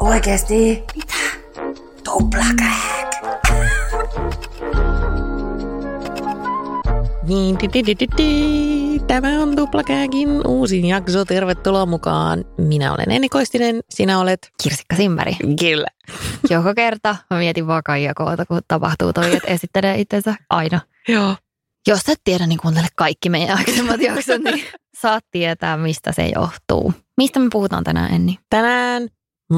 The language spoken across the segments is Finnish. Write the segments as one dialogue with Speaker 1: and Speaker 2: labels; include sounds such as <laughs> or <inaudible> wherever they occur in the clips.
Speaker 1: Oikeesti? Mitä? Tuplakräk.
Speaker 2: Niin, ti, ti, ti, ti, ti. Tämä on Tuplakääkin uusin jakso. Tervetuloa mukaan. Minä olen Enikoistinen, sinä olet...
Speaker 1: Kirsikka Simmäri.
Speaker 2: Kyllä.
Speaker 1: Joka kerta mä mietin vaan kaijakoota, kun tapahtuu toi, että esittelee itsensä aina.
Speaker 2: Joo.
Speaker 1: Jos et tiedä, niin kuuntele kaikki meidän aikaisemmat jaksot, niin saat tietää, mistä se johtuu. Mistä me puhutaan tänään, Enni?
Speaker 2: Tänään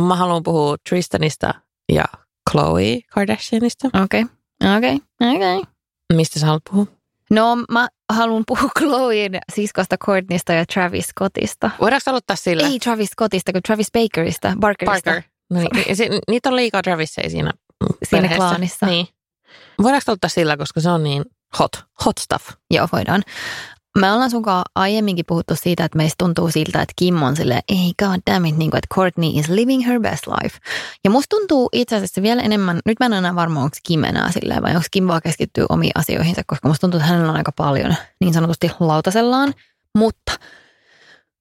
Speaker 2: mä haluan puhua Tristanista ja Chloe Kardashianista.
Speaker 1: Okei, okay. okei, okay. okei. Okay.
Speaker 2: Mistä sä haluat puhua?
Speaker 1: No mä haluan puhua Chloein siskosta Courtneysta ja Travis Scottista.
Speaker 2: Voidaanko aloittaa sillä?
Speaker 1: Ei Travis Scottista, kun Travis Bakerista, Barkerista.
Speaker 2: Parker. No niin. se, niitä on liikaa Travisseja siinä
Speaker 1: Siinä
Speaker 2: perheessä.
Speaker 1: klaanissa.
Speaker 2: Niin. Voidaanko aloittaa sillä, koska se on niin hot, hot stuff.
Speaker 1: Joo, voidaan. Me ollaan sunkaan aiemminkin puhuttu siitä, että meistä tuntuu siltä, että Kim on silleen, ei god damn it, niin kuin, että Courtney is living her best life. Ja musta tuntuu itse asiassa vielä enemmän, nyt mä en ole enää varma, onko Kim enää silleen vai onko Kim vaan keskittyy omiin asioihinsa, koska musta tuntuu, että hänellä on aika paljon niin sanotusti lautasellaan. Mutta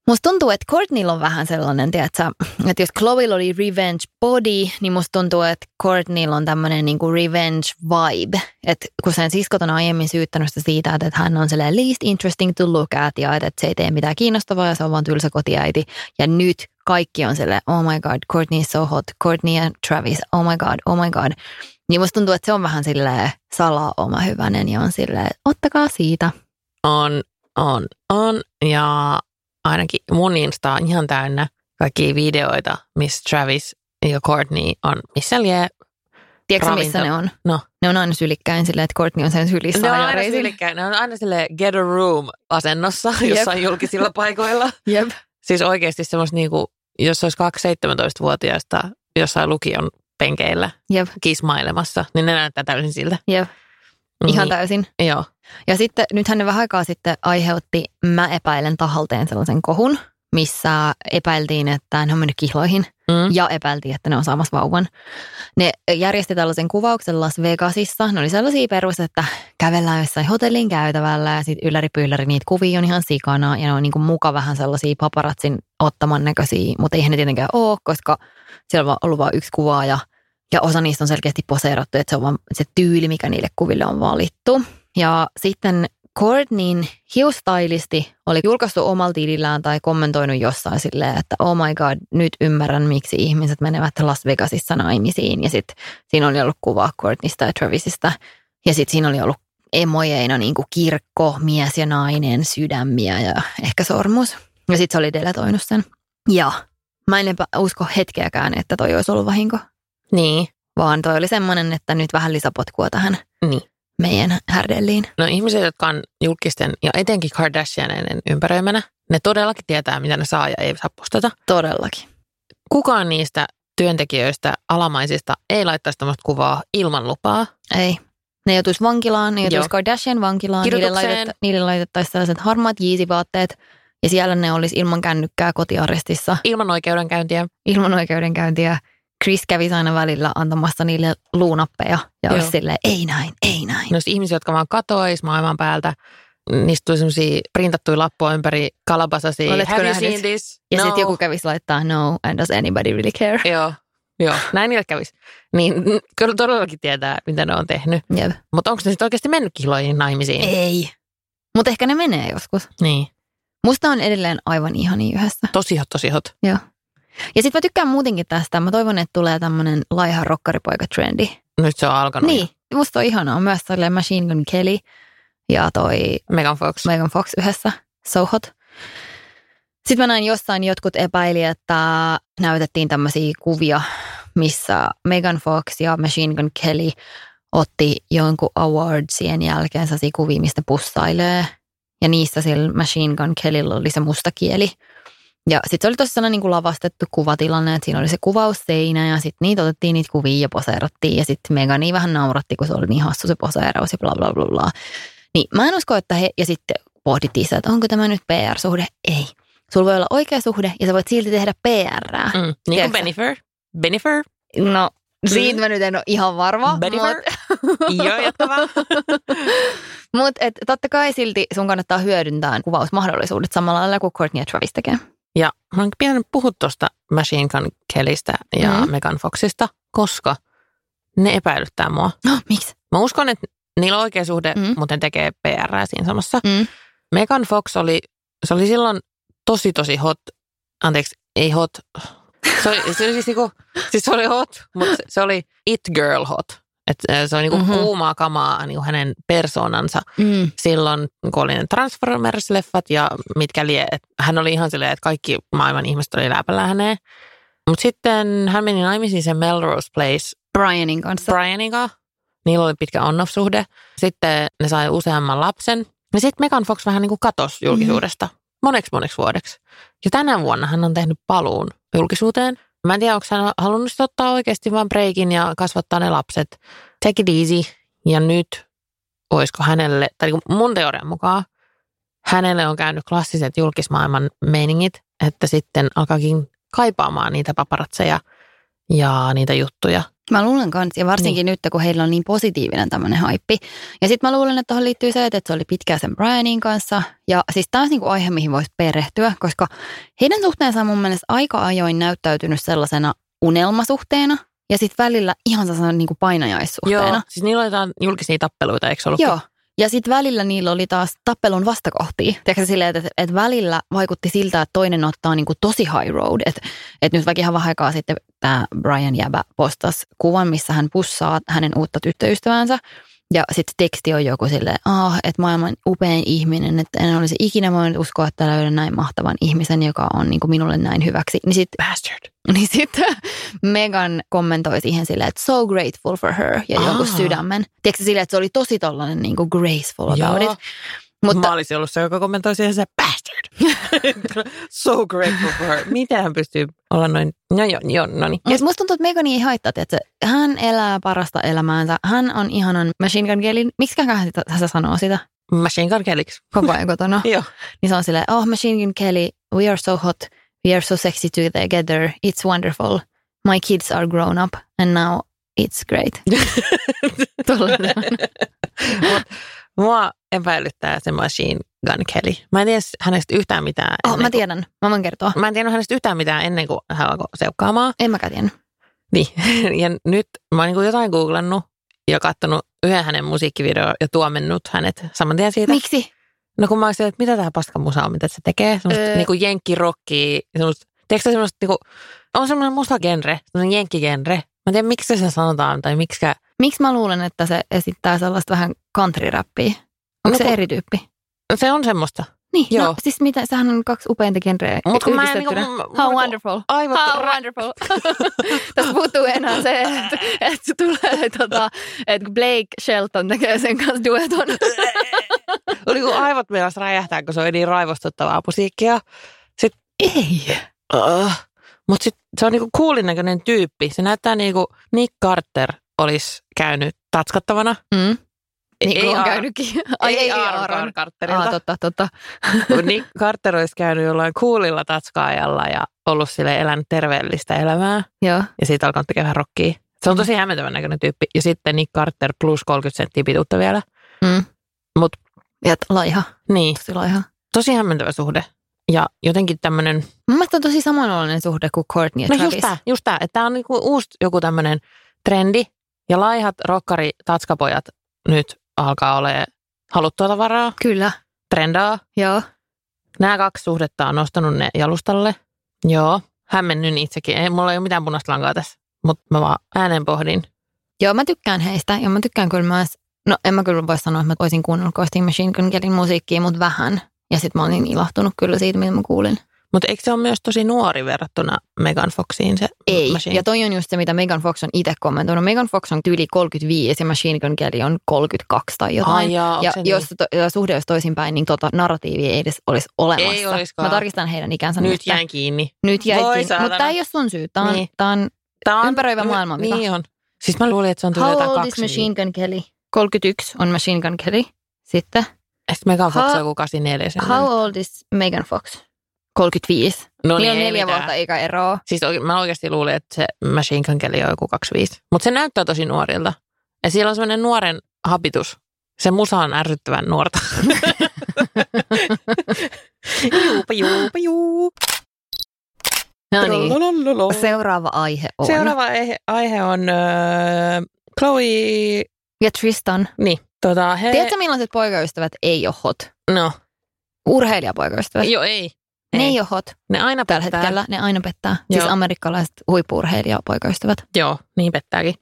Speaker 1: musta tuntuu, että Courtneylla on vähän sellainen, tiedätkö, että jos Chloella oli revenge body, niin musta tuntuu, että Courtneylla on tämmöinen niinku revenge vibe. Et kun sen siskot on aiemmin syyttänyt sitä siitä, että että hän on sellainen least interesting to look at ja että että se ei tee mitään kiinnostavaa ja se on vaan tylsä kotiäiti. Ja nyt kaikki on sellainen, oh my god, Courtney is so hot, Courtney ja Travis, oh my god, oh my god. Niin musta tuntuu, että se on vähän silleen salaa oma hyvänen ja on silleen, ottakaa siitä.
Speaker 2: On, on, on. Ja ainakin mun Insta on ihan täynnä kaikkia videoita, missä Travis ja Courtney on missä lie.
Speaker 1: Tiedätkö
Speaker 2: Ravinto.
Speaker 1: missä ne on?
Speaker 2: No,
Speaker 1: Ne on aina sylikkäin silleen, että Courtney on sen sylissä
Speaker 2: ne on aina
Speaker 1: ajoreisillä.
Speaker 2: sillikkäin, ne on aina sille get a room asennossa jossain julkisilla paikoilla.
Speaker 1: Jep.
Speaker 2: Siis oikeasti semmoista niinku, jos olisi kaksi 17-vuotiaista jossain lukion penkeillä
Speaker 1: Jep,
Speaker 2: kismailemassa, niin ne näyttää täysin siltä.
Speaker 1: jep. Ihan
Speaker 2: niin,
Speaker 1: täysin.
Speaker 2: Joo.
Speaker 1: Ja sitten nythän ne vähän aikaa sitten aiheutti Mä epäilen tahalteen sellaisen kohun, missä epäiltiin, että ne on mennyt kihloihin
Speaker 2: Mm.
Speaker 1: ja epäiltiin, että ne on saamassa vauvan. Ne järjesti tällaisen kuvauksen Las Vegasissa. Ne oli sellaisia perus, että kävellään jossain hotellin käytävällä ja sitten ylläri pyylläri niitä kuvia on ihan sikana ja ne on niin kuin muka vähän sellaisia paparatsin ottaman näköisiä, mutta eihän ne tietenkään ole, koska siellä on ollut vain yksi kuvaaja ja osa niistä on selkeästi poseerattu, että se on vaan se tyyli, mikä niille kuville on valittu. Ja sitten Courtneyn hiustylisti oli julkaistu omalla tilillään tai kommentoinut jossain silleen, että oh my god, nyt ymmärrän, miksi ihmiset menevät Las Vegasissa naimisiin. Ja sitten siinä oli ollut kuva Courtneysta ja Travisista. Ja sitten siinä oli ollut emojeina niin kuin kirkko, mies ja nainen, sydämiä ja ehkä sormus. Ja sitten se oli deletoinut sen. Ja mä en epä- usko hetkeäkään, että toi olisi ollut vahinko.
Speaker 2: Niin.
Speaker 1: Vaan toi oli semmoinen, että nyt vähän lisäpotkua tähän
Speaker 2: Niin.
Speaker 1: meidän härdelliin.
Speaker 2: No ihmiset, jotka on julkisten ja etenkin Kardashianeiden ympäröimänä, ne todellakin tietää, mitä ne saa ja ei saa postata.
Speaker 1: Todellakin.
Speaker 2: Kukaan niistä työntekijöistä, alamaisista ei laittaisi tämmöistä kuvaa ilman lupaa.
Speaker 1: Ei. Ne joutuisi vankilaan, ne joutuisi
Speaker 2: Joo.
Speaker 1: Kardashian vankilaan, niille,
Speaker 2: Kirjoitukseen.
Speaker 1: laitetta, niille laitettaisiin sellaiset harmaat jiisivaatteet ja siellä ne olisi ilman kännykkää kotiarestissa,
Speaker 2: Ilman oikeudenkäyntiä.
Speaker 1: ilman oikeudenkäyntiä. Chris kävi aina välillä antamassa niille luunappeja ja
Speaker 2: Joo.
Speaker 1: olisi silleen, ei näin, ei näin.
Speaker 2: Noista ihmisiä, jotka vaan katois maailman päältä, niistä tuli semmoisia printattuja lappua ympäri kalabasasi.
Speaker 1: Oletko
Speaker 2: Have you
Speaker 1: nähnyt?
Speaker 2: seen this?
Speaker 1: Ja
Speaker 2: no.
Speaker 1: sitten joku kävisi laittaa no and does anybody really care?
Speaker 2: Joo, joo. Näin niille kävisi. Niin n- kyllä todellakin tietää, mitä ne on tehnyt.
Speaker 1: Jep.
Speaker 2: Mutta onko ne sitten oikeasti mennyt kiloihin naimisiin?
Speaker 1: Ei. Mutta ehkä ne menee joskus.
Speaker 2: Niin.
Speaker 1: Musta on edelleen aivan ihani yhdessä.
Speaker 2: Tosi hot, tosi hot.
Speaker 1: Ja sitten mä tykkään muutenkin tästä. Mä toivon, että tulee tämmönen laiha rokkaripoika-trendi.
Speaker 2: Nyt se on alkanut.
Speaker 1: Niin, musta on ihanaa. Myös tällainen Machine Gun Kelly ja toi
Speaker 2: Megan Fox.
Speaker 1: Megan Fox yhdessä, Sohot. Sitten mä näin jossain jotkut epäili, että näytettiin tämmöisiä kuvia, missä Megan Fox ja Machine Gun Kelly otti jonkun awardsien jälkeen sellaisia kuvia, mistä pussailee. Ja niissä sillä Machine Gun Kellyllä oli se musta kieli. Ja sitten se oli tosiaan niin kuin lavastettu kuvatilanne, että siinä oli se kuvausseinä ja sitten niitä otettiin niitä kuvia ja poseerattiin. Ja sitten Megani vähän nauratti, kun se oli niin hassu se poseeraus ja bla bla bla bla. Niin mä en usko, että he, ja sitten pohdittiin sitä, että onko tämä nyt PR-suhde. Ei. Sulla voi olla oikea suhde ja sä voit silti tehdä PR.
Speaker 2: Mm. Niin kuin
Speaker 1: Tiedätkö?
Speaker 2: Benifer. Benifer.
Speaker 1: No, siitä mä nyt en ole ihan varma.
Speaker 2: Benifer. <laughs> Joo, jatka vaan.
Speaker 1: Mutta totta kai silti sun kannattaa hyödyntää kuvausmahdollisuudet samalla lailla kuin Courtney ja Travis tekee.
Speaker 2: Ja mä oon pian puhut tuosta Machine Gun Kellystä ja
Speaker 1: Mm.
Speaker 2: Megan Foxista, koska ne epäilyttää mua.
Speaker 1: No, miksi?
Speaker 2: Mä uskon, että niillä on oikea suhde,
Speaker 1: Mm.
Speaker 2: mm. mutta ne tekee PR siinä samassa.
Speaker 1: Mm.
Speaker 2: Megan Fox oli, se oli silloin tosi tosi hot, anteeksi, ei hot, se oli, se oli siis, niinku, siis se oli hot, mutta se, se oli it girl hot. Et äh, se on niinku
Speaker 1: Mhm.
Speaker 2: mm-hmm. kuumaa kamaa niinku hänen persoonansa
Speaker 1: Mm.
Speaker 2: silloin, kun oli ne Transformers-leffat ja mitkä lie. et Hän oli ihan silleen, että kaikki maailman ihmiset oli läpällä häneen. Mutta sitten hän meni naimisiin sen Melrose Place
Speaker 1: Brianin kanssa.
Speaker 2: Brianin kanssa. Niillä oli pitkä on-off-suhde. Sitten ne sai useamman lapsen. Ja sitten Megan Fox vähän niin kuin katosi julkisuudesta moneksi moneksi vuodeksi. Ja tänä vuonna hän on tehnyt paluun julkisuuteen. Mä en tiedä, onko hän halunnut sit ottaa oikeasti vaan breikin ja kasvattaa ne lapset. Take it easy. Ja nyt olisiko hänelle, tai niinku mun teorian mukaan, hänelle on käynyt klassiset julkismaailman meiningit, että sitten alkaakin kaipaamaan niitä paparatseja ja niitä juttuja.
Speaker 1: Mä luulen kanssa, ja varsinkin niin. nyt, kun heillä on niin positiivinen tämmöinen haippi. Ja sitten mä luulen, että tuohon liittyy se, että se oli pitkään sen Brianin kanssa. Ja siis tämä on niinku aihe, mihin voisi perehtyä, koska heidän suhteensa on mun mielestä aika ajoin näyttäytynyt sellaisena unelmasuhteena. Ja sitten välillä ihan sellaisena niinku painajaissuhteena.
Speaker 2: Joo, siis niillä oli jotain julkisia tappeluita, eikö se ollut?
Speaker 1: Joo. Ja sitten välillä niillä oli taas tappelun vastakohtia. Tiedätkö silleen, että, että välillä vaikutti siltä, että toinen ottaa niinku tosi high road. Että et nyt vaikka ihan vähän aikaa sitten tämä Brian Jäbä postasi kuvan, missä hän pussaa hänen uutta tyttöystäväänsä. Ja sitten teksti on joku silleen, ah, että maailman upein ihminen, että en olisi ikinä voinut uskoa, että löydän näin mahtavan ihmisen, joka on niinku minulle näin hyväksi. Niin sit
Speaker 2: Bastard.
Speaker 1: <laughs> niin sitten Megan kommentoi siihen silleen, että so grateful for her ja joku
Speaker 2: Aa.
Speaker 1: sydämen. Tiedätkö silleen, että se oli tosi tollainen niin kuin graceful about
Speaker 2: Joo.
Speaker 1: it. Mutta
Speaker 2: Mä olisin ollut se, joka kommentoi siihen se
Speaker 1: <laughs>
Speaker 2: bastard. so grateful for her. Miten hän pystyy olla noin, no joo, joo no niin.
Speaker 1: Mutta musta tuntuu, että Megani ei haittaa, että hän elää parasta elämäänsä. Hän on ihanan Machine Gun Kelly. Miksiköhän hän sitä, hän sanoo sitä
Speaker 2: Machine Gun
Speaker 1: <laughs>
Speaker 2: Kellyksi.
Speaker 1: koko ajan kotona?
Speaker 2: <laughs> Joo.
Speaker 1: niin se on silleen, oh Machine Gun Kelly, we are so hot, we are so sexy together, it's wonderful. My kids are grown up and now it's
Speaker 2: <laughs>
Speaker 1: great. Tuollainen on.
Speaker 2: Mua epäilyttää se Machine Gun Kelly. Mä en tiedä hänestä yhtään mitään.
Speaker 1: Oh,
Speaker 2: ennen
Speaker 1: mä tiedän, mä voin kertoa.
Speaker 2: Kuin, mä en tiennyt hänestä yhtään mitään ennen kuin hän alkoi seukkaamaan.
Speaker 1: En mäkään tiennyt.
Speaker 2: Niin. Ja nyt mä oon niin kuin jotain googlannut ja katsonut yhden hänen musiikkivideon ja tuomennut hänet saman tien siitä.
Speaker 1: Miksi?
Speaker 2: No kun mä olisin, että mitä tämä paskamusa on, mitä se tekee? Semmoista
Speaker 1: Öö.
Speaker 2: öö. niinku jenkkirokkia, semmoista, tiedätkö sä semmoista, niinku, on semmoinen musta genre, semmoinen jenkkigenre. Mä en tiedä, miksi se sanotaan, tai miksi
Speaker 1: Miksi mä luulen, että se esittää sellaista vähän country-rappia? Onko
Speaker 2: No
Speaker 1: se
Speaker 2: kun-
Speaker 1: eri tyyppi?
Speaker 2: se on semmoista.
Speaker 1: Niin, Joo. no
Speaker 2: Joo.
Speaker 1: siis mitä, sehän on kaksi upeinta genreä
Speaker 2: Mut kun mä en
Speaker 1: yhdistettynä.
Speaker 2: niinku- m-
Speaker 1: How
Speaker 2: m-
Speaker 1: wonderful.
Speaker 2: Aivot,
Speaker 1: How
Speaker 2: ra-
Speaker 1: wonderful. <laughs> Tässä puuttuu enää se, että, että tulee tota, että Blake Shelton tekee sen kanssa dueton.
Speaker 2: oli kun aivot meillä räjähtää, kun se oli niin raivostuttavaa musiikkia.
Speaker 1: Ei.
Speaker 2: Uh, Mutta sitten se on niinku coolin näköinen tyyppi. Se näyttää niinku Nick Carter olisi käynyt tatskattavana.
Speaker 1: Mm. Niin kuin on
Speaker 2: Ar-
Speaker 1: käynytkin. Ai ei, ei Aaron.
Speaker 2: Carterilta.
Speaker 1: Aa, totta, totta.
Speaker 2: kun Nick Carter olisi käynyt jollain kuulilla tatskaajalla ja ollut sille elänyt terveellistä elämää
Speaker 1: Joo.
Speaker 2: ja siitä alkanut tekemään rockia. Se on tosi hämmentävän näköinen tyyppi. Ja sitten Nick Carter plus 30 senttiä pituutta vielä.
Speaker 1: Mm.
Speaker 2: Mut-
Speaker 1: Ja t- laiha,
Speaker 2: Niin,
Speaker 1: tosi laiha.
Speaker 2: tosi hämmentävä suhde. Ja jotenkin tämmöinen,
Speaker 1: Mun mielestä on tosi samanlainen suhde kuin Courtney ja
Speaker 2: no
Speaker 1: Travis.
Speaker 2: just tää, just tää, että tää on niinku uusi joku tämmöinen trendi. Ja laihat rokkari tatskapojat nyt alkaa olemaan haluttua tavaraa,
Speaker 1: Kyllä,
Speaker 2: trendaa.
Speaker 1: joo.
Speaker 2: Nämä kaksi suhdetta on nostanut ne jalustalle. Joo, hämmennyn itsekin. Ei, mulla ei ole mitään punaista lankaa tässä, mutta mä vaan äänen pohdin.
Speaker 1: Joo, mä tykkään heistä ja mä tykkään kyllä myös, no en mä kyllä voi sanoa, että mä olisin kuunnellut Coasting Machine Gun Kellyn musiikkia, mutta vähän. Ja sit mä olin ilahtunut kyllä niin siitä, mitä mä kuulin.
Speaker 2: Mutta eikö se ole myös tosi nuori verrattuna Megan Foxiin se
Speaker 1: Ei.
Speaker 2: Machine?
Speaker 1: Ja toi on just se, mitä Megan Fox on itse kommentoinut. Megan Fox on yli 35 ja Machine Gun Kelly on 32 tai jotain.
Speaker 2: Ai jaa, onko
Speaker 1: ja
Speaker 2: se niin?
Speaker 1: jos to, ja suhde olisi toisinpäin, niin tota narratiivia ei edes olisi olemassa.
Speaker 2: Ei olisikaan.
Speaker 1: Mä tarkistan heidän ikänsä
Speaker 2: niin?
Speaker 1: nyt.
Speaker 2: Nyt jäin kiinni.
Speaker 1: Nyt
Speaker 2: Voi
Speaker 1: jäikin.
Speaker 2: saatana.
Speaker 1: Mutta tämä ei ole sun syy. Tämä on,
Speaker 2: Niin.
Speaker 1: niin. on
Speaker 2: Tää
Speaker 1: Ympäröivä maailma, Mika.
Speaker 2: Niin on. Siis mä luulin, että se on tullut
Speaker 1: How
Speaker 2: jotain
Speaker 1: old is
Speaker 2: kaksi.
Speaker 1: Machine Gun Kelly? 31 on Machine Gun Kelly.
Speaker 2: Sitten
Speaker 1: Sitten
Speaker 2: Megan Fox on
Speaker 1: How-
Speaker 2: joku 84.
Speaker 1: How old is Megan Fox? 35.
Speaker 2: No
Speaker 1: No
Speaker 2: niin,
Speaker 1: niin, on
Speaker 2: ei
Speaker 1: neljä
Speaker 2: mitään.
Speaker 1: vuotta ikäeroa.
Speaker 2: Siis oike- mä oikeasti luulin, että se Machine Gun Kelly on joku 25. Mutta se näyttää tosi nuorilta. Ja siellä on semmoinen nuoren habitus. Se musa on ärsyttävän nuorta. juupa, juupa, juu.
Speaker 1: No niin.
Speaker 2: Lolololo.
Speaker 1: Seuraava aihe on.
Speaker 2: Seuraava aihe, aihe on öö, Chloe.
Speaker 1: Ja Tristan.
Speaker 2: Niin, tota, he...
Speaker 1: Tiedätkö millaiset poikaystävät ei ole hot?
Speaker 2: No,
Speaker 1: Urheilijapoikaystävät.
Speaker 2: joo ei.
Speaker 1: ne
Speaker 2: ei.
Speaker 1: ei ole hot
Speaker 2: Ne aina
Speaker 1: tällä
Speaker 2: pettää.
Speaker 1: hetkellä. Ne aina pettää. Joo.
Speaker 2: Joo.
Speaker 1: Siis amerikkalaiset huippuurheilijapoikaystävät.
Speaker 2: Joo, niin pettääkin.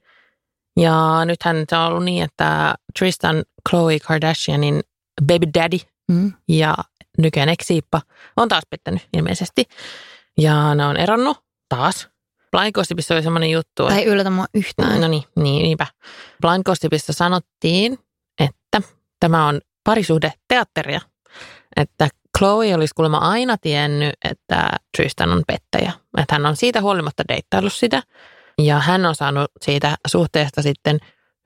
Speaker 2: Ja nythän se on ollut niin, että Tristan Chloe Kardashianin baby daddy
Speaker 1: Mm.
Speaker 2: ja nykyinen ex-siippa on taas pettänyt ilmeisesti. Ja ne on eronnut taas. Blind Gossipissa oli semmoinen juttu,
Speaker 1: Tämä ei yllätä mua yhtään.
Speaker 2: No niin, niin, niinpä. Blind Gossipissa sanottiin, että tämä on parisuhde teatteria. Että Chloe olisi kuulemma aina tiennyt, että Tristan on pettäjä. Että hän on siitä huolimatta deittaillut sitä. Ja hän on saanut siitä suhteesta sitten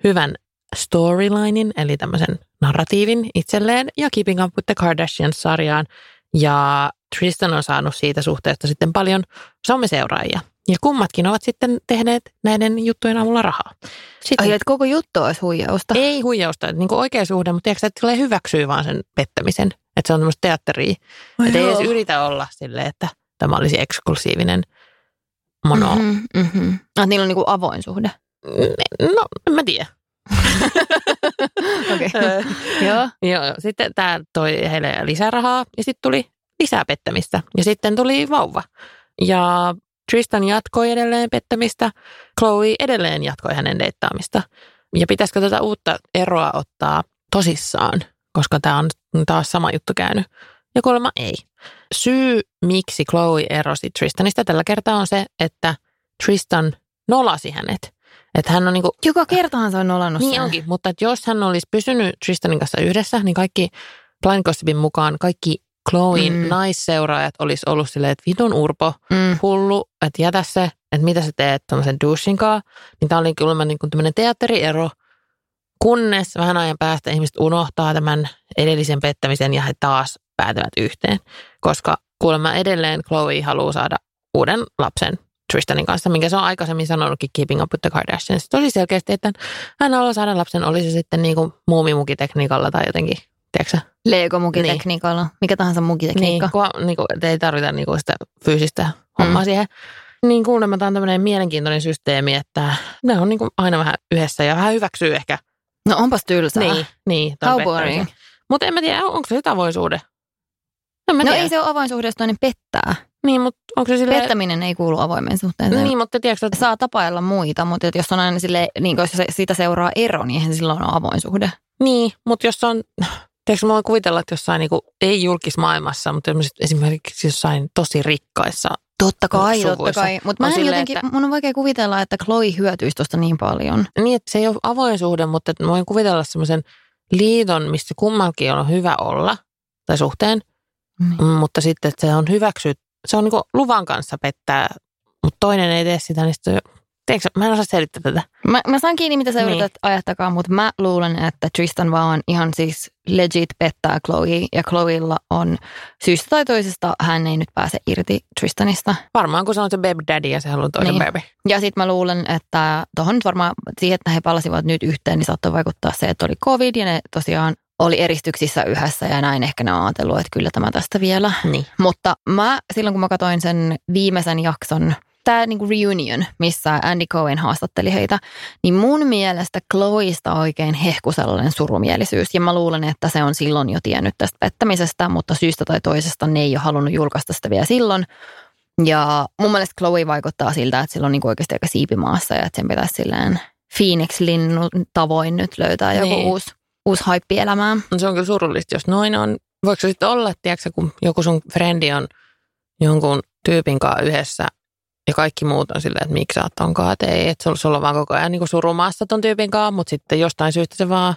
Speaker 2: hyvän storylinein, eli tämmöisen narratiivin itselleen ja Keeping Up with the Kardashians-sarjaan. Ja Tristan on saanut siitä suhteesta sitten paljon someseuraajia. Ja kummatkin ovat sitten tehneet näiden juttujen avulla rahaa.
Speaker 1: Ai,
Speaker 2: Sitten,
Speaker 1: että koko juttu olisi huijausta.
Speaker 2: ei huijausta, että niin oikea suhde, mutta tiedätkö, että tulee hyväksyä vaan sen pettämisen. Että se on tämmöistä teatteria. Että ei edes yritä olla silleen, että tämä olisi eksklusiivinen mono. Mm-hmm.
Speaker 1: Mm-hmm, mm-hmm. Ah, niillä on niinku avoin suhde.
Speaker 2: No, en mä tiedä.
Speaker 1: Okei. Joo.
Speaker 2: <laughs> Joo, joo. sitten tämä toi heille lisää rahaa ja sitten tuli lisää pettämistä ja sitten tuli vauva. Ja Tristan jatkoi edelleen pettämistä, Chloe edelleen jatkoi hänen deittaamista. Ja pitäisikö tätä uutta eroa ottaa tosissaan, koska tämä on taas sama juttu käynyt. Ja kuulemma ei. Syy, miksi Chloe erosi Tristanista tällä kertaa on se, että Tristan nolasi hänet. Että hän on niinku
Speaker 1: Joka kertahan se on nolannut
Speaker 2: niin
Speaker 1: sen.
Speaker 2: onkin, mutta että jos hän olisi pysynyt Tristanin kanssa yhdessä, niin kaikki Blind Gossipin mukaan kaikki Chloein mm.
Speaker 1: Mm.
Speaker 2: naisseuraajat olisi ollut silleen, että vitun urpo,
Speaker 1: Mm.
Speaker 2: hullu, että jätä se, että mitä sä teet tämmöisen douchin kanssa. Niin tämä oli kyllä niin kuin tämmöinen teatteriero, kunnes vähän ajan päästä ihmiset unohtaa tämän edellisen pettämisen ja he taas päätyvät yhteen. Koska kuulemma edelleen Chloe haluaa saada uuden lapsen Tristanin kanssa, minkä se on aikaisemmin sanonutkin Keeping Up with the Kardashians. Tosi selkeästi, että hän haluaa saada lapsen, oli se sitten niin kuin muumimukitekniikalla tai jotenkin, tiedätkö sä?
Speaker 1: Lego-mukitekniikalla. Mikä tahansa mukitekniikka.
Speaker 2: Niin, kun, niin kuin, ei tarvita niin kuin sitä fyysistä hommaa mm. siihen. Niin kuulemma tämä on tämmöinen mielenkiintoinen systeemi, että ne on niin kuin aina vähän yhdessä ja vähän hyväksyy ehkä.
Speaker 1: No onpas tylsää.
Speaker 2: Niin, niin.
Speaker 1: How boring.
Speaker 2: Mutta en mä tiedä, on- onko se jotain voisuude? En mä
Speaker 1: No
Speaker 2: tiedä.
Speaker 1: ei se ole avoin suhde, jos toinen pettää.
Speaker 2: Niin, mutta onko se silleen...
Speaker 1: Pettäminen ei kuulu avoimeen suhteeseen.
Speaker 2: Niin, mutta tiedätkö, että
Speaker 1: Saa tapailla muita, mutta et jos on aina sille, niin kun se, siitä seuraa ero, niin eihän silloin ole avoin suhde.
Speaker 2: Niin, mutta jos on, tiedätkö mä voin kuvitella, että jossain niinku, ei julkismaailmassa, mutta tämmöiset esimerkiksi jossain tosi rikkaissa.
Speaker 1: Totta
Speaker 2: kai,
Speaker 1: kai,
Speaker 2: suvuissa.
Speaker 1: totta kai. Mutta
Speaker 2: On
Speaker 1: mä en
Speaker 2: silleen,
Speaker 1: jotenkin, mun on vaikea kuvitella, että Chloe hyötyisi tuosta niin paljon.
Speaker 2: Niin, että se ei ole avoin suhde, mutta että mä voin kuvitella semmoisen liiton, missä kummallakin on hyvä olla tai suhteen,
Speaker 1: Niin.
Speaker 2: mm, mutta sitten että se on hyväksy, se on niinku luvan kanssa pettää, mutta toinen ei tee sitä, niin sitten, tiedätkö, mä en osaa selittää tätä.
Speaker 1: Mä, mä saan kiinni, mitä sä
Speaker 2: Niin.
Speaker 1: niin. yrität ajatakaan, mutta mä luulen, että Tristan vaan ihan siis legit pettää Chloe. Ja Chloilla on syystä tai toisesta, hän ei nyt pääse irti Tristanista.
Speaker 2: Varmaan kun se on se baby daddy ja se haluaa toisen
Speaker 1: Niin.
Speaker 2: baby.
Speaker 1: Ja sitten mä luulen, että tuohon nyt varmaan siihen, että he palasivat nyt yhteen, niin saattoi vaikuttaa se, että oli covid ja ne tosiaan oli eristyksissä yhdessä ja näin ehkä ne on ajatellut, että kyllä tämä tästä vielä.
Speaker 2: Niin.
Speaker 1: Mutta mä silloin, kun mä katsoin sen viimeisen jakson, tämä niinku reunion, missä Andy Cohen haastatteli heitä, niin mun mielestä Chloista oikein hehku sellainen surumielisyys. Ja mä luulen, että se on silloin jo tiennyt tästä pettämisestä, mutta syystä tai toisesta ne ei ole halunnut julkaista sitä vielä silloin. Ja mun mielestä Chloe vaikuttaa siltä, että sillä on niin oikeasti aika siipimaassa ja että sen pitäisi silleen Phoenix-linnun tavoin nyt löytää joku
Speaker 2: Niin.
Speaker 1: niin. uusi, uusi haippi elämään.
Speaker 2: No se on kyllä surullista, jos noin on. Voiko se sitten olla, tiedätkö, kun joku sun frendi on jonkun tyypin kanssa yhdessä ja kaikki muut on silleen, että miksi sä oot tonkaan, että ei, että sulla, sulla on vaan koko ajan niin surumaassa ton tyypin kanssa, mutta sitten jostain syystä se vaan,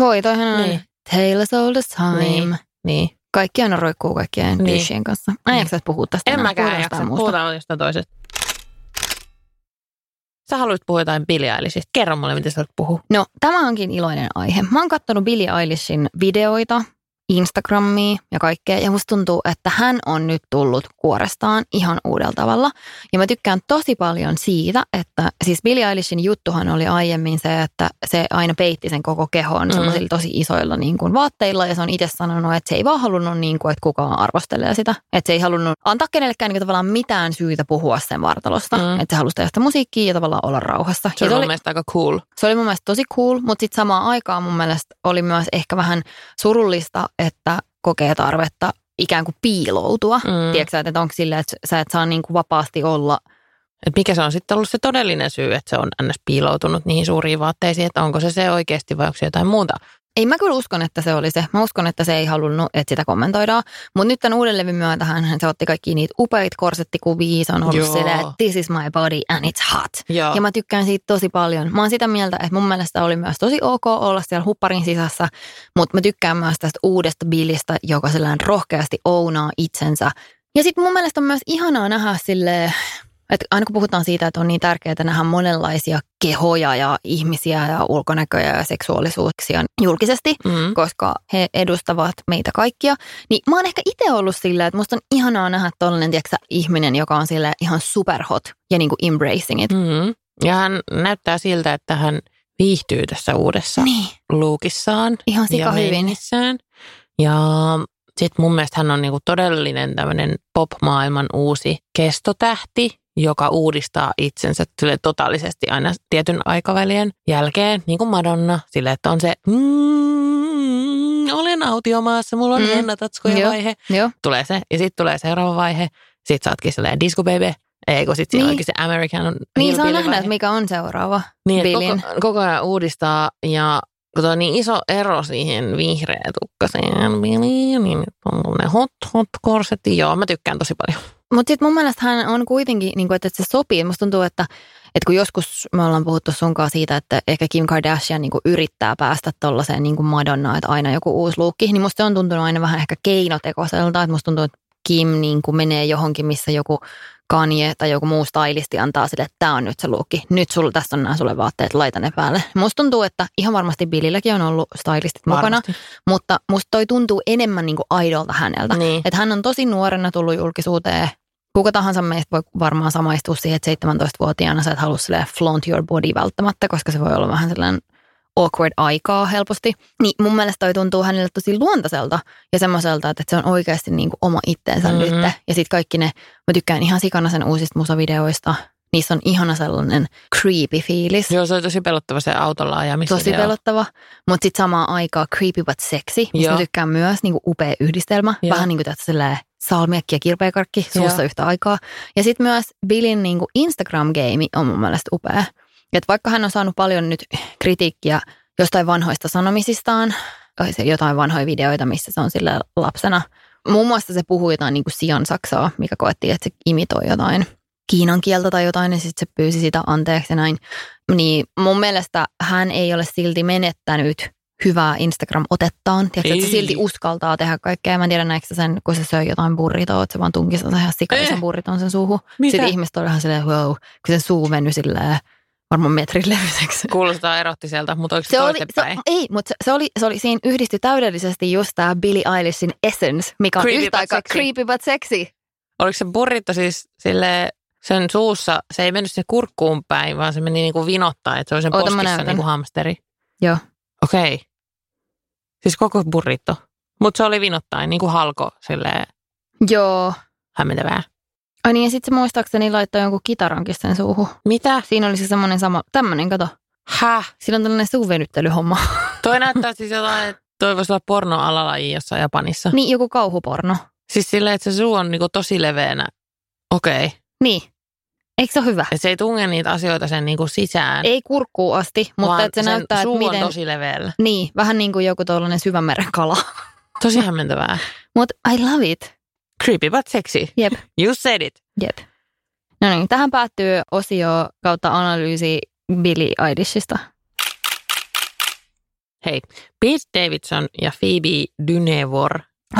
Speaker 1: Voi, toihan on niin.
Speaker 2: Niin.
Speaker 1: Tale is all the time. Niin.
Speaker 2: niin.
Speaker 1: Kaikki aina roikkuu kaikkien niin.
Speaker 2: Niin.
Speaker 1: dyshien kanssa. Mä en
Speaker 2: Niin.
Speaker 1: jaksa puhua tästä.
Speaker 2: En
Speaker 1: enää.
Speaker 2: mäkään
Speaker 1: Puhutaan
Speaker 2: jaksa,
Speaker 1: jostain muusta.
Speaker 2: puhutaan jostain toisesta. Sä haluat puhua jotain Billie Eilishista. Kerro mulle, miten sä haluat puhua.
Speaker 1: No, tämä onkin iloinen aihe. Mä oon katsonut Billie Eilishin videoita, Instagramia ja kaikkea, ja musta tuntuu, että hän on nyt tullut kuorestaan ihan uudella tavalla. Ja mä tykkään tosi paljon siitä, että siis Billie Eilishin juttuhan oli aiemmin se, että se aina peitti sen koko kehon
Speaker 2: Mm.
Speaker 1: sellaisilla tosi isoilla niin kuin, vaatteilla, ja se on itse sanonut, että se ei vaan halunnut, niin kuin, että kukaan arvostelee sitä. Että se ei halunnut antaa kenellekään niin kuin, tavallaan mitään syytä puhua sen vartalosta.
Speaker 2: Mm.
Speaker 1: Että se halusi tehdä sitä musiikkia ja tavallaan olla rauhassa.
Speaker 2: Se
Speaker 1: ja
Speaker 2: on
Speaker 1: se
Speaker 2: mun
Speaker 1: oli-
Speaker 2: mielestä aika cool.
Speaker 1: se oli mun mielestä tosi cool, mutta sitten samaan aikaan mun mielestä oli myös ehkä vähän surullista, että kokee tarvetta ikään kuin piiloutua. Mm.
Speaker 2: Mm.
Speaker 1: Tiedätkö sä, että onko silleen, että sä et saa niin kuin vapaasti olla.
Speaker 2: Et mikä se on sitten ollut se todellinen syy, että se on ns. piiloutunut niihin suuriin vaatteisiin, että onko se se oikeasti vai onko se jotain muuta.
Speaker 1: Ei mä kyllä uskon, että se oli se. Mä uskon, että se ei halunnut, että sitä kommentoidaan. Mutta nyt tämän uuden levyn myötä hän se otti kaikki niitä upeita korsettikuvia. Se on ollut
Speaker 2: Joo.
Speaker 1: silleen, että this is my body and it's hot.
Speaker 2: Joo.
Speaker 1: Ja mä tykkään siitä tosi paljon. Mä oon sitä mieltä, että mun mielestä oli myös tosi ok olla siellä hupparin sisässä, mutta mä tykkään myös tästä uudesta bilistä, joka sellainen rohkeasti ounaa itsensä. Ja sitten mun mielestä on myös ihanaa nähdä sille, että aina kun puhutaan siitä, että on niin tärkeää nähdä monenlaisia kehoja ja ihmisiä ja ulkonäköjä ja seksuaalisuuksia julkisesti,
Speaker 2: Mm.
Speaker 1: koska he edustavat meitä kaikkia. Niin mä oon ehkä itse ollut sillä, että musta on ihanaa nähdä tollainen, tiedätkö, sä, ihminen, joka on sillä ihan superhot ja niinku embracing it.
Speaker 2: Mm. Ja hän näyttää siltä, että hän viihtyy tässä uudessa
Speaker 1: Niin.
Speaker 2: luukissaan
Speaker 1: Ihan
Speaker 2: ja
Speaker 1: sika hyvin.
Speaker 2: meinissään. Ja sitten mun mielestä hän on niinku todellinen tämmöinen pop-maailman uusi kestotähti, joka uudistaa itsensä sille totaalisesti aina tietyn aikavälien jälkeen, niin kuin Madonna, sille, että on se mm, olen autiomaassa, mulla on
Speaker 1: Mm.
Speaker 2: mm. hennatatskoja
Speaker 1: Joo.
Speaker 2: vaihe,
Speaker 1: Joo.
Speaker 2: tulee se, ja sitten tulee seuraava vaihe, sitten sä ootkin silleen disco baby, ei kun sitten
Speaker 1: Niin.
Speaker 2: niin. onkin se American
Speaker 1: Niin saa
Speaker 2: Hillbilly
Speaker 1: nähdä,
Speaker 2: vaihe.
Speaker 1: että mikä on seuraava.
Speaker 2: Niin, että
Speaker 1: Billin.
Speaker 2: koko, koko ajan uudistaa ja kun tuo on niin iso ero siihen vihreä tukkaseen biliin, niin nyt on ne hot hot korsetti. Joo, mä tykkään tosi paljon.
Speaker 1: Mutta sitten mun mielestä hän on kuitenkin, niin kuin, että se sopii. Musta tuntuu, että, että kun joskus me ollaan puhuttu sunkaan siitä, että ehkä Kim Kardashian niin kuin yrittää päästä tollaiseen niin kuin Madonnaan, että aina joku uusi luukki, niin musta se on tuntunut aina vähän ehkä keinotekoiselta, että musta tuntuu, että Kim niin kuin menee johonkin, missä joku Kanye tai joku muu stylisti antaa sille, että tämä on nyt se luukki. Nyt sulla, tässä on nämä sulle vaatteet, laita ne päälle. Musta tuntuu, että ihan varmasti Billilläkin on ollut stylistit mukana,
Speaker 2: Varmasti.
Speaker 1: mutta musta toi tuntuu enemmän niin kuin aidolta häneltä.
Speaker 2: Niin.
Speaker 1: Että hän on tosi nuorena tullut julkisuuteen. Kuka tahansa meistä voi varmaan samaistua siihen, että 17-vuotiaana sä et halua silleen flaunt your body välttämättä, koska se voi olla vähän sellainen awkward aikaa helposti. Niin mun mielestä toi tuntuu hänelle tosi luontaiselta ja semmoiselta, että se on oikeasti niin kuin oma itteensä mm-hmm.
Speaker 2: Mhm.
Speaker 1: nyt. Ja sitten kaikki ne, mä tykkään ihan sikana sen uusista musavideoista. Niissä on ihana sellainen creepy fiilis.
Speaker 2: Joo, se oli tosi pelottava se autolla ajamisvideo.
Speaker 1: Tosi pelottava, mutta sitten samaan aikaan creepy but sexy, mistä
Speaker 2: Joo.
Speaker 1: mä tykkään myös, niinku upea yhdistelmä.
Speaker 2: Joo.
Speaker 1: Vähän niin kuin silleen salmiakki ja kirpeäkarkki suussa
Speaker 2: Joo.
Speaker 1: yhtä aikaa. Ja sitten myös Billin niinku Instagram-geimi on mun mielestä upea. Et vaikka hän on saanut paljon nyt kritiikkiä jostain vanhoista sanomisistaan, tai se jotain vanhoja videoita, missä se on sillä lapsena. Muun muassa se puhuu jotain niin kuin sian saksaa, mikä koettiin, että se imitoi jotain kiinan kieltä tai jotain, ja sitten se pyysi sitä anteeksi ja näin. Niin mun mielestä hän ei ole silti menettänyt hyvää Instagram-otettaan. Tiedätkö, että se
Speaker 2: Ei.
Speaker 1: silti uskaltaa tehdä kaikkea. Mä en tiedä näikö sen, kun se söi jotain burritoa, että se vaan tunki sen ihan sikallisen
Speaker 2: Eh.
Speaker 1: burriton sen suuhun.
Speaker 2: Mitä?
Speaker 1: Sitten ihmiset oli ihan silleen, wow, kun sen suu mennyt silleen varmaan metrin <laughs> levyiseksi.
Speaker 2: Kuulostaa erottiselta, mutta oliko se,
Speaker 1: Se oli, se,
Speaker 2: toistepäin?
Speaker 1: ei, mutta se, se, oli, se oli, siinä yhdistyi täydellisesti just tämä Billie Eilishin essence, mikä on
Speaker 2: Creepy
Speaker 1: yhtä
Speaker 2: but
Speaker 1: aikaa
Speaker 2: sexy.
Speaker 1: creepy but sexy.
Speaker 2: Oliko se burrito siis sille sen suussa, se ei mennyt sinne kurkkuun päin, vaan se meni niinku vinottaa, että se oli sen
Speaker 1: Oota, mä
Speaker 2: poskissa
Speaker 1: näytän.
Speaker 2: niinku hamsteri.
Speaker 1: Joo.
Speaker 2: Okei. Okay. Siis koko burrito. Mutta se oli vinottain, niinku halko silleen
Speaker 1: Joo.
Speaker 2: hämmentävää.
Speaker 1: Ai niin, ja sitten se muistaakseni laittoi jonkun kitarankin sen suuhun.
Speaker 2: Mitä?
Speaker 1: Siinä oli se semmoinen sama, tämmöinen, kato.
Speaker 2: Häh?
Speaker 1: Siinä on tällainen suuvenyttelyhomma. <laughs>
Speaker 2: Toi näyttää siis jotain, että toi voisi olla pornoalalaji jossain Japanissa.
Speaker 1: niin, joku kauhuporno.
Speaker 2: Siis silleen, että se suu on niinku tosi leveänä. Okei. Okay.
Speaker 1: Niin. Eikö se ole hyvä?
Speaker 2: Et se ei tunge niitä asioita sen niinku sisään,
Speaker 1: Ei kurkkuu asti, mutta
Speaker 2: vaan
Speaker 1: että se
Speaker 2: sen
Speaker 1: näyttää,
Speaker 2: suu
Speaker 1: että miten...
Speaker 2: on tosi leveällä.
Speaker 1: Niin, <laughs> vähän niin kuin joku tuollainen syvämeren kala.
Speaker 2: Tosi hämmentävää.
Speaker 1: Mutta I love it.
Speaker 2: Creepy but sexy.
Speaker 1: Jep.
Speaker 2: You said it.
Speaker 1: Jep. No niin, tähän päättyy osio kautta analyysi Billy Eilishista.
Speaker 2: Hei, Pete Davidson ja Phoebe Dynevor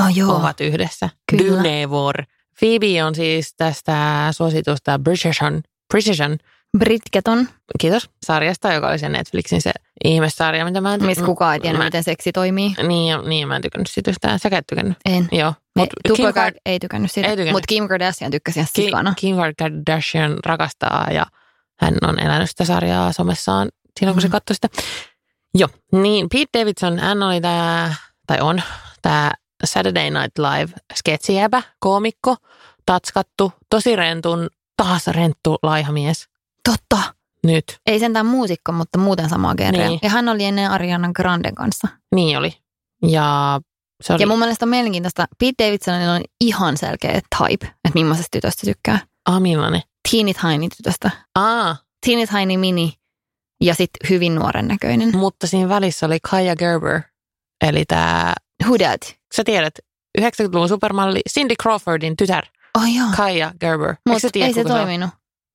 Speaker 1: Oh, joo.
Speaker 2: ovat yhdessä.
Speaker 1: Kyllä.
Speaker 2: Dynevor. Phoebe on siis tästä suositusta Precision, Precision
Speaker 1: Britketon,
Speaker 2: kiitos, sarjasta, joka oli se Netflixin se ihmessarja, mitä mä en
Speaker 1: missä kukaan ei tiennyt,
Speaker 2: mä-
Speaker 1: miten seksi toimii.
Speaker 2: Niin, ja- niin mä en tykännyt siitä yhtään. Säkään et tykännyt.
Speaker 1: En.
Speaker 2: Joo.
Speaker 1: Me,
Speaker 2: Mut Kim,
Speaker 1: Tupac
Speaker 2: Kar-
Speaker 1: ei tykännyt siitä,
Speaker 2: Ei tykännyt.
Speaker 1: mutta Kim Kardashian tykkäsi ihan
Speaker 2: Ki-
Speaker 1: sikana.
Speaker 2: Kim Kardashian rakastaa ja hän on elänyt sitä sarjaa somessaan silloin, kun se
Speaker 1: Mm.
Speaker 2: katsoi sitä. Joo, niin Pete Davidson, hän oli tämä, tai on, tämä Saturday Night Live sketsijäbä, koomikko, tatskattu, tosi rentun, taas renttu laihamies.
Speaker 1: Totta.
Speaker 2: Nyt.
Speaker 1: Ei sentään muusikko, mutta muuten samaa genreä.
Speaker 2: Niin.
Speaker 1: Ja hän oli ennen Ariana Granden kanssa.
Speaker 2: Niin oli. Ja se oli
Speaker 1: Ja mun mielestä on mielenkiintoista, Pete Davidsonilla on ihan selkeä type, että millaisesta tytöstä se tykkää.
Speaker 2: ah, millainen?
Speaker 1: Teeny tiny tytöstä.
Speaker 2: Aa,
Speaker 1: Teeny tiny mini ja sitten hyvin nuoren näköinen.
Speaker 2: mutta siinä välissä oli Kaja Gerber, eli tämä,
Speaker 1: Who that?
Speaker 2: sä tiedät, 90-luvun supermalli Cindy Crawfordin tytär.
Speaker 1: Oh joo.
Speaker 2: Kaija Gerber.
Speaker 1: Mut
Speaker 2: Eikö sä tiedä,
Speaker 1: ei se
Speaker 2: kuka on?
Speaker 1: toiminut.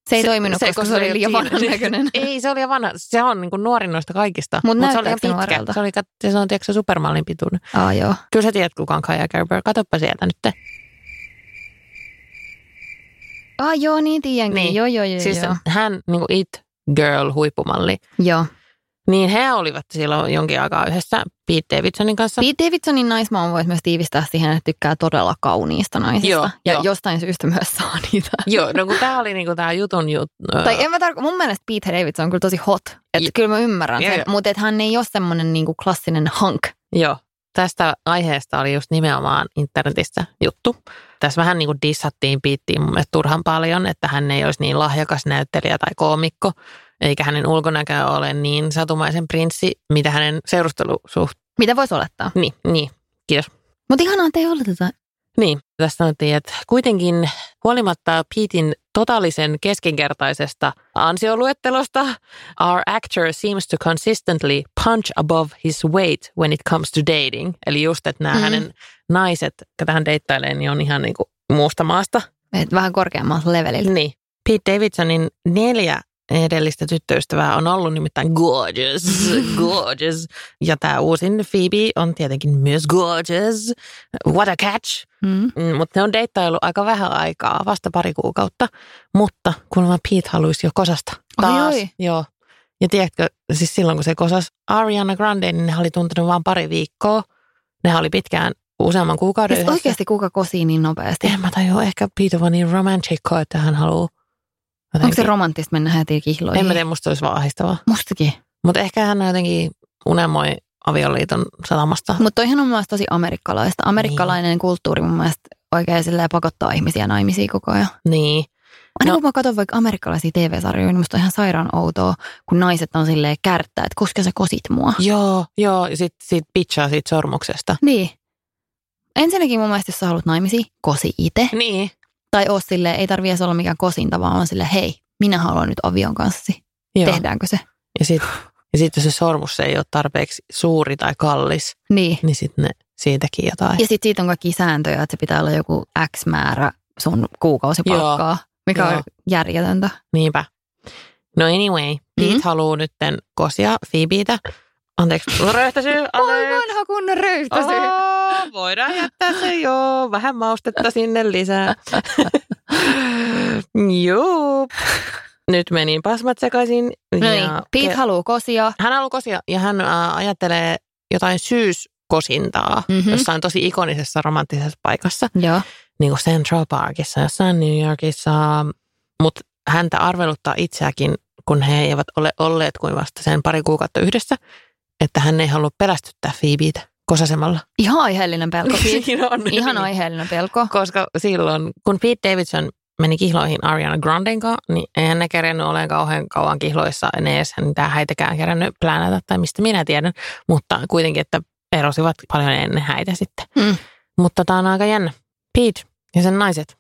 Speaker 1: Se ei toiminut, koska se oli liian
Speaker 2: siinä.
Speaker 1: vanhan näköinen.
Speaker 2: <laughs> ei, se oli liian vanha. Se on niin kuin nuorin noista kaikista.
Speaker 1: Mut
Speaker 2: Mut se oli
Speaker 1: näyttääkö
Speaker 2: ihan
Speaker 1: se
Speaker 2: pitkä.
Speaker 1: nuorelta?
Speaker 2: Se, oli, kat- se on tiedätkö, se supermallin pituinen.
Speaker 1: Aa joo.
Speaker 2: Kyllä sä tiedät, kuka on Kaija Gerber. Katoppa sieltä nyt.
Speaker 1: Aa joo, niin tiedänkin.
Speaker 2: Niin.
Speaker 1: Joo, joo, joo.
Speaker 2: Siis
Speaker 1: joo.
Speaker 2: hän, niin kuin it girl huippumalli.
Speaker 1: joo.
Speaker 2: Niin he olivat silloin jonkin aikaa yhdessä Pete Davidsonin kanssa.
Speaker 1: Pete Davidsonin naismaun voisi myös tiivistää siihen, että tykkää todella kauniista naisista.
Speaker 2: Joo,
Speaker 1: ja
Speaker 2: joo.
Speaker 1: jostain syystä myös saa niitä.
Speaker 2: Joo, no kun tää oli niin kuin tää jutun jut...
Speaker 1: Tai en mä tarko- mun mielestä Pete Davidson on kyllä tosi hot. Et
Speaker 2: Joo.
Speaker 1: kyllä mä ymmärrän
Speaker 2: Joo,
Speaker 1: sen,
Speaker 2: joo.
Speaker 1: mutta et hän ei ole semmoinen niinku klassinen hunk.
Speaker 2: Joo, tästä aiheesta oli just nimenomaan internetissä juttu. Tässä vähän niin kuin dissattiin piittiin mun mielestä turhan paljon, että hän ei olisi niin lahjakas näyttelijä tai koomikko, eikä hänen ulkonäköä ole niin satumaisen prinssi, mitä hänen seurustelusuht...
Speaker 1: Mitä voisi olettaa?
Speaker 2: Niin, niin, kiitos.
Speaker 1: Mutta ihanaa, että ei oleteta.
Speaker 2: Niin, tässä sanottiin, että kuitenkin huolimatta Petin totaalisen keskinkertaisesta ansioluettelosta, our actor seems to consistently punch above his weight when it comes to dating. Eli just, että nämä
Speaker 1: Mm.
Speaker 2: mm. hänen naiset, ketä hän deittailee, niin on ihan niin kuin muusta maasta.
Speaker 1: Et vähän korkeammalta levelillä.
Speaker 2: Niin. Pete Davidsonin neljä edellistä tyttöystävää on ollut nimittäin gorgeous, gorgeous. Ja tämä uusin Phoebe on tietenkin myös gorgeous. What a catch!
Speaker 1: Mm.
Speaker 2: Mm, mutta ne on deittailu aika vähän aikaa, vasta pari kuukautta. Mutta kuulemma Pete haluaisi jo kosasta
Speaker 1: Ai
Speaker 2: taas.
Speaker 1: oi.
Speaker 2: Joo. Ja tiedätkö, siis silloin kun se kosas Ariana Grande, niin ne oli tuntenut vain pari viikkoa. Ne oli pitkään useamman kuukauden
Speaker 1: Siis oikeasti kuka kosii niin nopeasti?
Speaker 2: En mä tajua, ehkä Pete on vaan niin romantikko, että hän haluaa
Speaker 1: Onko se
Speaker 2: jotenkin-
Speaker 1: romanttista mennä heti kihloihin?
Speaker 2: En mä tiedä, musta olisi vaan ahdistavaa.
Speaker 1: Mustakin.
Speaker 2: Mutta ehkä hän jotenkin unelmoi avioliiton satamasta.
Speaker 1: Mutta toihan on myös tosi amerikkalaista. Amerikkalainen kulttuuri mun mielestä oikein silleen pakottaa ihmisiä naimisiin koko ajan.
Speaker 2: Niin.
Speaker 1: Aina
Speaker 2: No.
Speaker 1: kun mä katson vaikka amerikkalaisia TV-sarjoja, niin musta on ihan sairaan outoa, kun naiset on silleen kärttää, että koska sä kosit mua.
Speaker 2: Joo, joo. ja Sit, sit pitchaa siitä sormuksesta.
Speaker 1: Niin. Ensinnäkin mun mielestä, jos sä haluat naimisiin, kosi itse.
Speaker 2: Niin.
Speaker 1: Tai oo silleen, ei tarvi edes olla mikään kosinta, vaan on silleen, hei, minä haluan nyt avion kanssa.
Speaker 2: Joo.
Speaker 1: Tehdäänkö se?
Speaker 2: Ja sitten ja sit jos se sormus ei ole tarpeeksi suuri tai kallis,
Speaker 1: Niin.
Speaker 2: niin sitten ne siitäkin jotain.
Speaker 1: Ja sitten siitä on kaikki sääntöjä, että se pitää olla joku X määrä sun kuukausipalkkaa, mikä
Speaker 2: Joo.
Speaker 1: on järjetöntä.
Speaker 2: Niinpä. No anyway, Pete
Speaker 1: Mhm.
Speaker 2: haluaa nyt kosia Phoebeitä. Anteeksi, röyhtäsyy,
Speaker 1: Voi
Speaker 2: anteeksi.
Speaker 1: vanha kunnon röyhtäsy.
Speaker 2: Oh, voidaan jättää se, joo. Vähän maustetta sinne lisää. <laughs> Juu. Nyt menin pasmat sekaisin.
Speaker 1: No niin, Pete haluaa kosia.
Speaker 2: hän haluaa kosia ja hän äh, ajattelee jotain syyskosintaa
Speaker 1: Mhm.
Speaker 2: mm-hmm. jossain tosi ikonisessa romanttisessa paikassa,
Speaker 1: Joo.
Speaker 2: niin kuin Central Parkissa, jossain New Yorkissa. Mutta häntä arveluttaa itseäkin, kun he eivät ole olleet kuin vasta sen pari kuukautta yhdessä, että hän ei halua pelästyttää Phoebeitä kosasemalla.
Speaker 1: Ihan aiheellinen <laughs> pelko. Pete.
Speaker 2: Siinä on.
Speaker 1: Ihan aiheellinen pelko.
Speaker 2: Koska silloin, kun Pete Davidson meni kihloihin Ariana Granden kanssa, niin eihän ne kerännyt ole kauhean kauan kihloissa, ne edes mitään häitäkään kerännyt plänätä tai mistä minä tiedän, mutta kuitenkin, että erosivat paljon ennen häitä sitten.
Speaker 1: Mm.
Speaker 2: Mutta tämä on aika jännä. Pete ja sen naiset.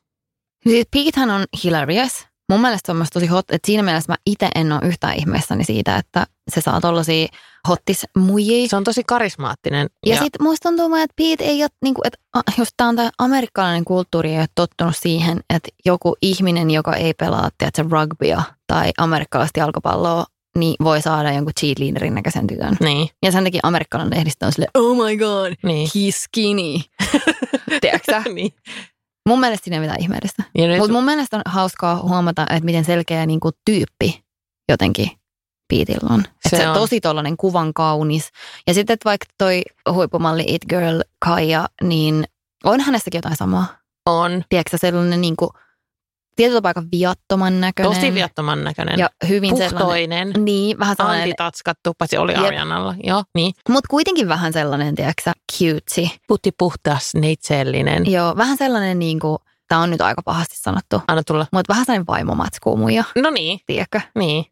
Speaker 1: Siis Petehän on hilarious, Mun mielestä se on myös tosi hot, että siinä mielessä mä itse en ole yhtään ihmeessäni siitä, että se saa tollasia hottismujia.
Speaker 2: Niin. Se on tosi karismaattinen.
Speaker 1: Ja, ja sitten musta tuntuu, vaan, että Pete ei ole, niin kuin, että a, jos tämä on tämä amerikkalainen kulttuuri, ei ole tottunut siihen, että joku ihminen, joka ei pelaa tiedätkö, rugbya tai amerikkalaista jalkapalloa, niin voi saada jonkun cheerleaderin näköisen tytön.
Speaker 2: Niin,
Speaker 1: Ja sen takia amerikkalainen lehdistö on silleen, oh my god,
Speaker 2: <laughs> niin.
Speaker 1: he's skinny. <laughs> Tiedätkö? <laughs>
Speaker 2: niin.
Speaker 1: Mun mielestä siinä ei ole mitään ihmeellistä.
Speaker 2: Ja nyt,
Speaker 1: Mutta mun mielestä on hauskaa huomata, että miten selkeä niin kuin tyyppi jotenkin Piitillä on. Se,
Speaker 2: Se
Speaker 1: se on
Speaker 2: on.
Speaker 1: tosi tollainen kuvan kaunis. Ja sitten että vaikka toi huippumalli It Girl Kaija, niin on hänestäkin jotain samaa.
Speaker 2: on
Speaker 1: Tiedätkö sä, sellainen niin kuin, tietyllä paikalla viattoman näköinen.
Speaker 2: tosi viattoman näköinen.
Speaker 1: Ja hyvin sellainen.
Speaker 2: Puhtoinen.
Speaker 1: Niin, vähän sellainen.
Speaker 2: Antitatskattu, paitsi oli
Speaker 1: Jep.
Speaker 2: Arianalla. Joo, niin.
Speaker 1: Mutta kuitenkin vähän sellainen, tiedätkö sä, cutesy.
Speaker 2: Putti puhtas, neitsellinen.
Speaker 1: Joo, vähän sellainen niin kuin, tää on nyt aika pahasti sanottu,
Speaker 2: Anna tulla.
Speaker 1: mutta vähän sellainen vaimomatskuu muija,
Speaker 2: No niin,
Speaker 1: tiedätkö?
Speaker 2: niin.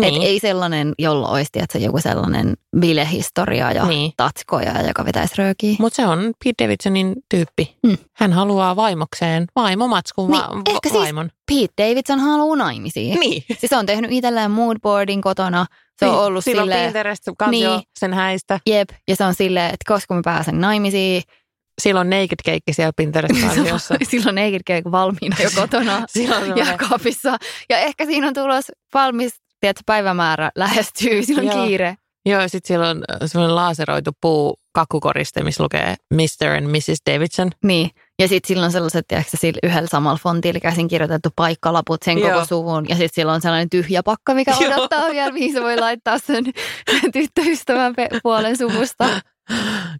Speaker 1: Niin. Et ei sellainen, jolla olisi tiedätkö, joku sellainen bilehistoria ja niin.
Speaker 2: niin.
Speaker 1: tatskoja, joka vetäisi röökiä.
Speaker 2: Mutta se on Pete Davidsonin tyyppi.
Speaker 1: Mm.
Speaker 2: Hän haluaa vaimokseen vaimomatskun va-
Speaker 1: Niin,
Speaker 2: va-
Speaker 1: ehkä siis-
Speaker 2: vaimon.
Speaker 1: Pete Davidson haluaa naimisia. Niin.
Speaker 2: Niin.
Speaker 1: Siis se on tehnyt itselleen moodboardin kotona. Se on ollut
Speaker 2: Sillä on
Speaker 1: silleen,
Speaker 2: Pinterest kansio
Speaker 1: Niin.
Speaker 2: niin. sen häistä.
Speaker 1: jep, ja se on silleen, että koska mä pääsen naimisiin, niin
Speaker 2: Sillä on naked cake siellä Pinterest
Speaker 1: <laughs>
Speaker 2: kansiossa.
Speaker 1: silloin ei kerkeä valmiina jo kotona
Speaker 2: <laughs> Sillä on
Speaker 1: ja
Speaker 2: semmoinen-
Speaker 1: kaapissa. Ja ehkä siinä on tulos valmis, tiedätkö, päivämäärä lähestyy, silloin
Speaker 2: Joo.
Speaker 1: kiire.
Speaker 2: Joo, sitten siellä on äh, semmoinen laaseroitu puu kakkukoriste, missä lukee Mr. and Mrs. Davidson.
Speaker 1: Niin. Ja sitten sillä on sellaiset, tiedätkö, sillä yhdellä samalla fontilla käsin kirjoitettu paikkalaput sen koko
Speaker 2: Joo.
Speaker 1: suvun. Ja sitten sillä on sellainen tyhjä pakka, mikä
Speaker 2: Joo.
Speaker 1: odottaa vielä, mihin se voi laittaa sen <laughs> tyttöystävän pe- puolen suvusta.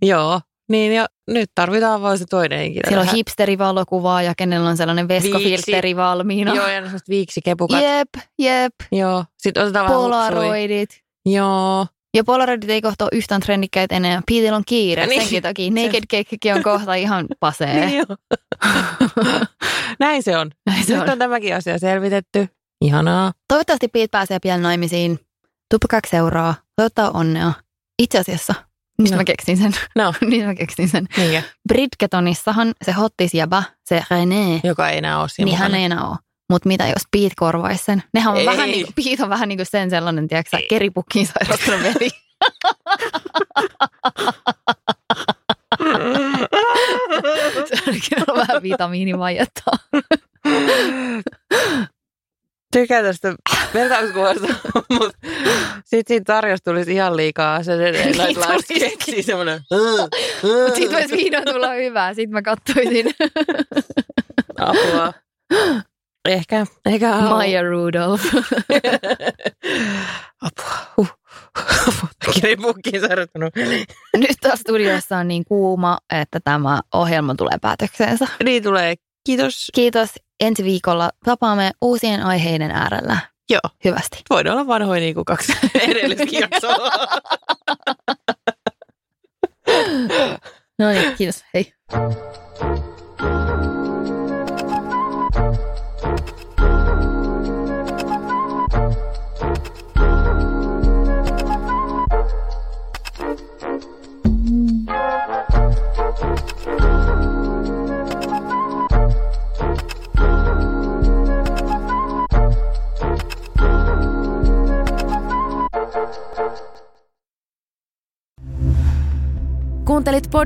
Speaker 2: Joo, niin ja nyt tarvitaan vaan se toinen henkilö.
Speaker 1: Siellä on
Speaker 2: tähän.
Speaker 1: hipsterivalokuva ja kenellä on sellainen veskofiltteri valmiina.
Speaker 2: Joo, ja semmoiset viiksikepukat.
Speaker 1: Jep, jep,
Speaker 2: Joo, sitten otetaan vähän hupsui.
Speaker 1: polaroidit.
Speaker 2: Joo,
Speaker 1: Ja polaroidit ei kohta ole yhtään trendikkäitä enää. Piitillä on kiire
Speaker 2: Niin. <laughs>
Speaker 1: senkin takia. Naked cakekin on kohta ihan pasee.
Speaker 2: joo. <laughs> Näin se on.
Speaker 1: Näin se
Speaker 2: Nyt
Speaker 1: on.
Speaker 2: on tämäkin asia selvitetty. Ihanaa.
Speaker 1: Toivottavasti Piit pääsee pian naimisiin. Tupacac seuraa. Toivottaa onnea. Itse asiassa, nyt
Speaker 2: No.
Speaker 1: mä keksin sen. <laughs>
Speaker 2: No.
Speaker 1: nyt mä keksin sen.
Speaker 2: Niinkä.
Speaker 1: Bridgetonissahan se hottisjäbä, se René,
Speaker 2: Joka ei enää ole
Speaker 1: niin
Speaker 2: siinä mukana.
Speaker 1: hän ei enää ole. Mutta mitä jos Piit korvaisi sen? Nehän on
Speaker 2: Ei.
Speaker 1: vähän niin kuin, Piit on vähän niin kuin sen sellainen, tiedätkö sä, keripukkiin sairastunut
Speaker 2: <laughs>
Speaker 1: veli. Se on kyllä ollut vähän vitamiinivajetta.
Speaker 2: Tykkään tästä vertauskuvasta, <laughs> mutta sitten siinä tarjous tulisi ihan liikaa se
Speaker 1: Niin tulisikin.
Speaker 2: keksi semmoinen.
Speaker 1: Mutta siitä voisi vihdoin tulla hyvää, sit mä katsoisin
Speaker 2: Apua. <gasps> Ehkä, ehkä <laughs>
Speaker 1: Maya Rudolph.
Speaker 2: Apua. Huh. Kiripukkiin sairastunut.
Speaker 1: Nyt taas studiossa on niin kuuma, että tämä ohjelma tulee päätökseensä.
Speaker 2: Niin tulee. Kiitos.
Speaker 1: Kiitos. Ensi viikolla tapaamme uusien aiheiden äärellä.
Speaker 2: Joo.
Speaker 1: Hyvästi.
Speaker 2: Voidaan olla vanhoja niin kuin kaksi <laughs> Niin. edellistä jaksoa.
Speaker 1: No niin, kiitos. Hei.
Speaker 3: Kuuntelit